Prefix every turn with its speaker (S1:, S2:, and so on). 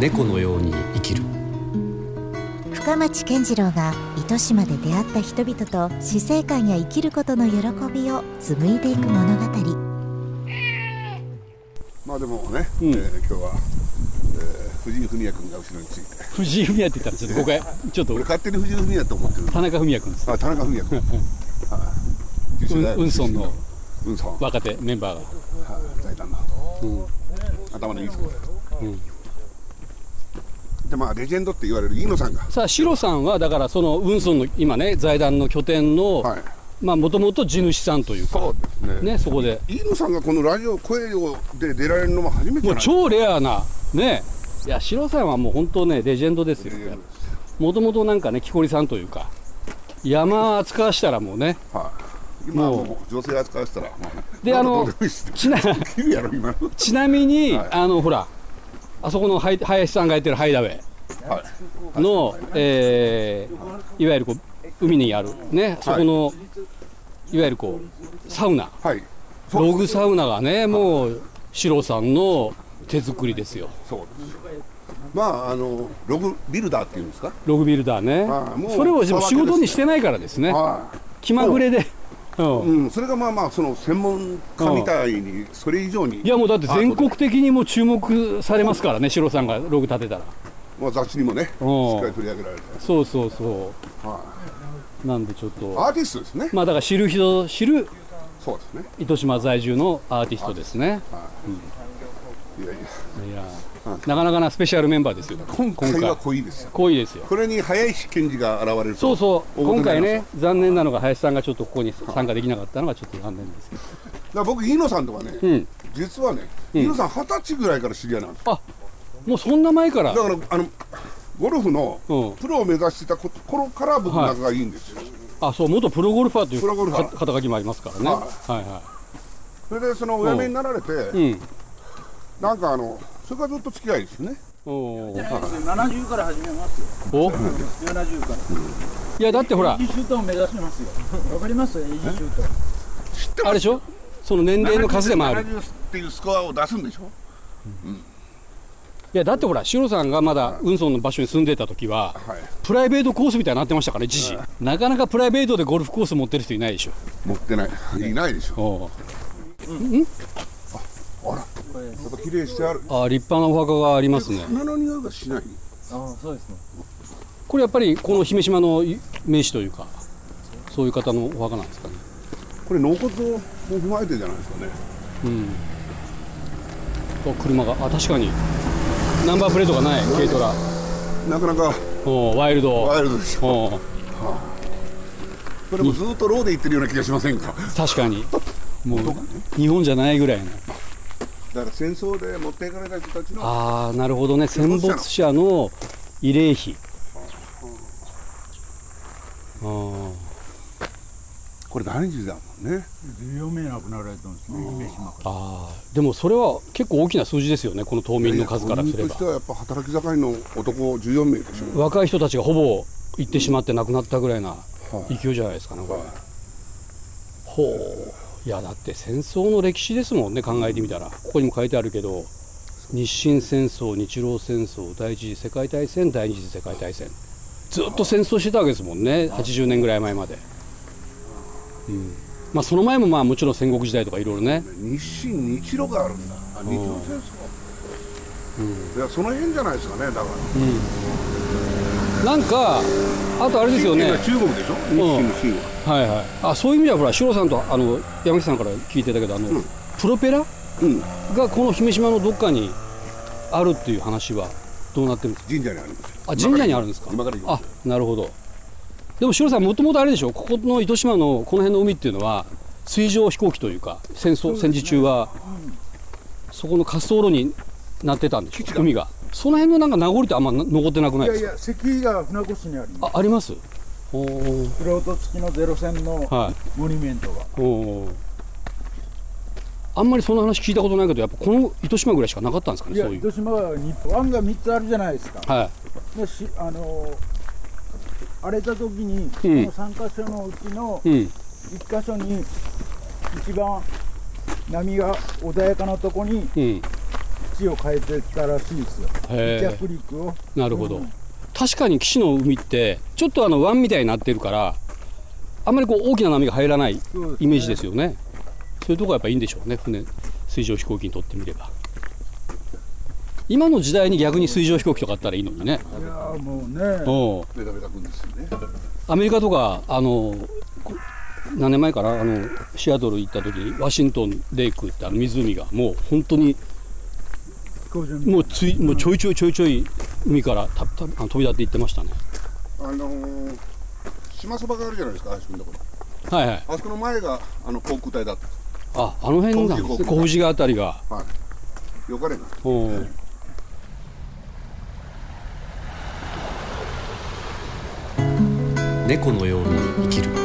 S1: 猫のように生きる
S2: 深町健次郎が糸島で出会った人々と死生観や生きることの喜びを紡いでいく物語
S3: まあでもね、
S4: うん
S3: えー今日は、えー藤井文也君が後ろについて
S4: 藤井文也って言ったらちょっとここへちょっと
S3: 俺勝手に藤井文也と思ってる
S4: 田中文也君です
S3: あ田中文也君はい九州大学
S4: うん運送の
S3: 運送は
S4: 若手メンバーが
S3: い財団の、頭のいい人で,、
S4: うん
S3: でまあレジェンドって言われる飯野さんが
S4: さあシロさんはだからその運送の今ね財団の拠点の
S3: はい
S4: まあもともと地主さんというか
S3: そうですね
S4: ねそこで
S3: 飯野さんがこのラジオ声をで出られるのも初めて
S4: も
S3: な
S4: うん
S3: です
S4: 超レアなねいやシロさんはもう本当ねレジェンドですよ
S3: レジェンドで
S4: もともとなんかね木こりさんというか山扱わしたらもうね
S3: はい今はもう女性扱いしたらもう
S4: であの
S3: どうでもいいっす
S4: ちな
S3: 切るやろ今の
S4: ちなみに、
S3: はい
S4: あのほらあそこのハイ林さんがやってるハイダウェイ
S3: はい
S4: の、えーいわゆるこう海にあるねそこの、い、わゆるこうサウナ
S3: はいそう
S4: ログサウナがねもうシロさんの手作りですよ
S3: そうですまああのログビルダーっていうんですか
S4: ログビルダーね
S3: ああもう
S4: それをでも
S3: 草分けで
S4: 仕
S3: すね
S4: 事にしてないからですね
S3: は
S4: 気まぐれで、
S3: い、
S4: うん、
S3: うん、それがまあまあその専門家みたいにそれ以上に
S4: いやもうだって全国
S3: アート
S4: 的にもう注目されますからねシロさんがログ立てたら
S3: でまあ、雑誌にもねしっか
S4: うん
S3: り取り上げられて、
S4: そうそうそ
S3: は
S4: うなんでちょっと
S3: い、アーティストですね
S4: まあだから知る人ぞ知る
S3: そうですね
S4: 糸島在住のアーティストですね。
S3: いやいや
S4: いや、なかなかなスペシャルメンバーですよ。
S3: 今回
S4: 今
S3: は
S4: 回
S3: 濃いですよ
S4: 濃いですよ。
S3: これに早石賢治が現れると
S4: そうそう、
S3: 大事
S4: 今
S3: になり
S4: 回
S3: ますよ
S4: ね、残念なのが林さんがちょっとここに参加できなかったのがちょっと残念ですけど。
S3: だから僕飯野さんとかね、
S4: うん、
S3: 実はね飯野さん二十歳ぐらいから知り合いなんです
S4: あ、もうそんな前から。
S3: よだからあのゴルフの
S4: うん
S3: プロを目指してたこ頃から僕仲がいいんですよ、
S4: あ、そう、元プロゴルファーという
S3: プロゴルファー
S4: か肩書きもありますからね。
S3: は
S4: はいは
S3: それでそのお辞めになられて、
S4: い。うん。
S3: なんかあのそれからずっと付き合いですね
S4: おー
S5: 70から始めますよ
S4: お、
S5: 70から
S4: いやだってほら
S5: エイ、ジシュートを目指しますよわかりますエイジシュー
S4: あ
S5: ト
S4: れでしょ。その年齢の数でも ある。
S3: 70っていうスコアを出すんでしょ
S4: いやだってほら、シロさんがまだ運送の場所に住んでた時は。
S3: はい
S4: プライベートコースみたいになってましたから、一時、なかなかプライベートでゴルフコース持ってる人いないでしょ。
S3: 持ってないいないでしょ
S4: お
S3: やっぱ綺麗してある
S4: あ立派なお墓がありますね。
S3: 花の匂いがしない
S5: ああそうですね
S4: これやっぱりこの姫島の名士というか、そういう方のお墓なんですかね。
S3: これ納骨を踏まえてじゃないですかね
S4: うん。あ車が、あ、確かに。ナンバープレートがない軽トラ。
S3: なかなか
S4: おワイルド。
S3: ワイルドでしょ
S4: お
S3: これもずっとローで行ってるような気がしませんか
S4: 確かに。もう日本じゃないぐらいの。
S3: だから戦争で持っていかれた人たちの
S4: ああ、なるほどね。戦没者の慰霊碑。あー
S3: これ第二次だもんね
S5: 14名亡くなられたんですね姫島か
S4: あーでもそれは結構大きな数字ですよね、この島民の数からすれ
S3: 国民
S4: ば
S3: として。はやっぱ働き盛りの男14名でしょ
S4: 若い人たちがほぼ行ってしまって亡くなったぐらいな勢いじゃないですかね、これ。ほう、いや、だって戦争の歴史ですもんね、考えてみたら、ここにも書いてあるけど、日清戦争、日露戦争、第一次世界大戦、第二次世界大戦、ずっと戦争してたわけですもんね、80年ぐらい前まで。うんまあ、その前もまあもちろん戦国時代とかいろいろね、
S3: 日清日露があるんだあ日露戦争いやその辺じゃないですかねだから
S4: なんか、あとあれですよね、
S3: 中国でしょ日清の清は
S4: はいはい、あそういう意味ではほらシロさんとあの山木さんから聞いてたけどあの、プロペラ
S3: うん
S4: がこの姫島のどっかにあるっていう話はどうなってるんです
S3: 神社にありますよ
S4: かあ神社にあるんですか
S3: 今から行きま
S4: あ
S3: す
S4: なるほどでもシロさんもともとあれでしょここの糸島のこの辺の海っていうのは水上飛行機というか戦争戦時中はそこの滑走路になってたんでしょ海がその辺のなんか名残ってあんま残ってなくない
S5: いや
S4: で
S5: い
S4: すか
S5: や石碑が船越にありま
S4: あ
S5: す
S4: ありますおー
S5: フロート付きのゼロ戦の
S4: はい
S5: モニュメントが
S4: おーあんまりその話聞いたことないけどやっぱこの糸島ぐらいしかなかったんですか
S5: い
S4: ね
S5: や
S4: そういう
S5: 糸島は日本湾が3つあるじゃないですか
S4: は
S5: でしあのー荒れた時にこ
S4: うん
S5: の3箇所のうちの
S4: いうん
S5: 1箇所に一番波が穏やかなとこに
S4: うん、へ
S5: 土を変えてたらしいですよ。
S4: え
S5: 着陸を。
S4: なるほど、
S5: うん
S4: 確かに岸の海ってちょっとあの湾みたいになってるからあんまりこう大きな波が入らない
S5: そうですね
S4: イメージですよねそういうとこがやっぱいいんでしょうね船水上飛行機にとってみれば今の時代に逆に水上飛行機とかあったらいいのにね
S5: いやーもうね。
S4: お
S3: ベタベタくんですよね。
S4: アメリカとかあのこ何年前かなあのシアトル行った時にワシントンレイクってあの湖がもう本当に
S5: 飛行場みたい
S4: もうついもうちょいちょいちょいちょい海からたたあの飛び立って行ってましたね
S3: あのー、島そばがあるじゃないですか、林くんのとこ
S4: はいはい
S3: ろ。あそこの前があの航空隊だった。
S4: ああの辺なんですね小藤川あたりが
S3: はい。よかれな。
S4: おー
S1: 猫のように生きる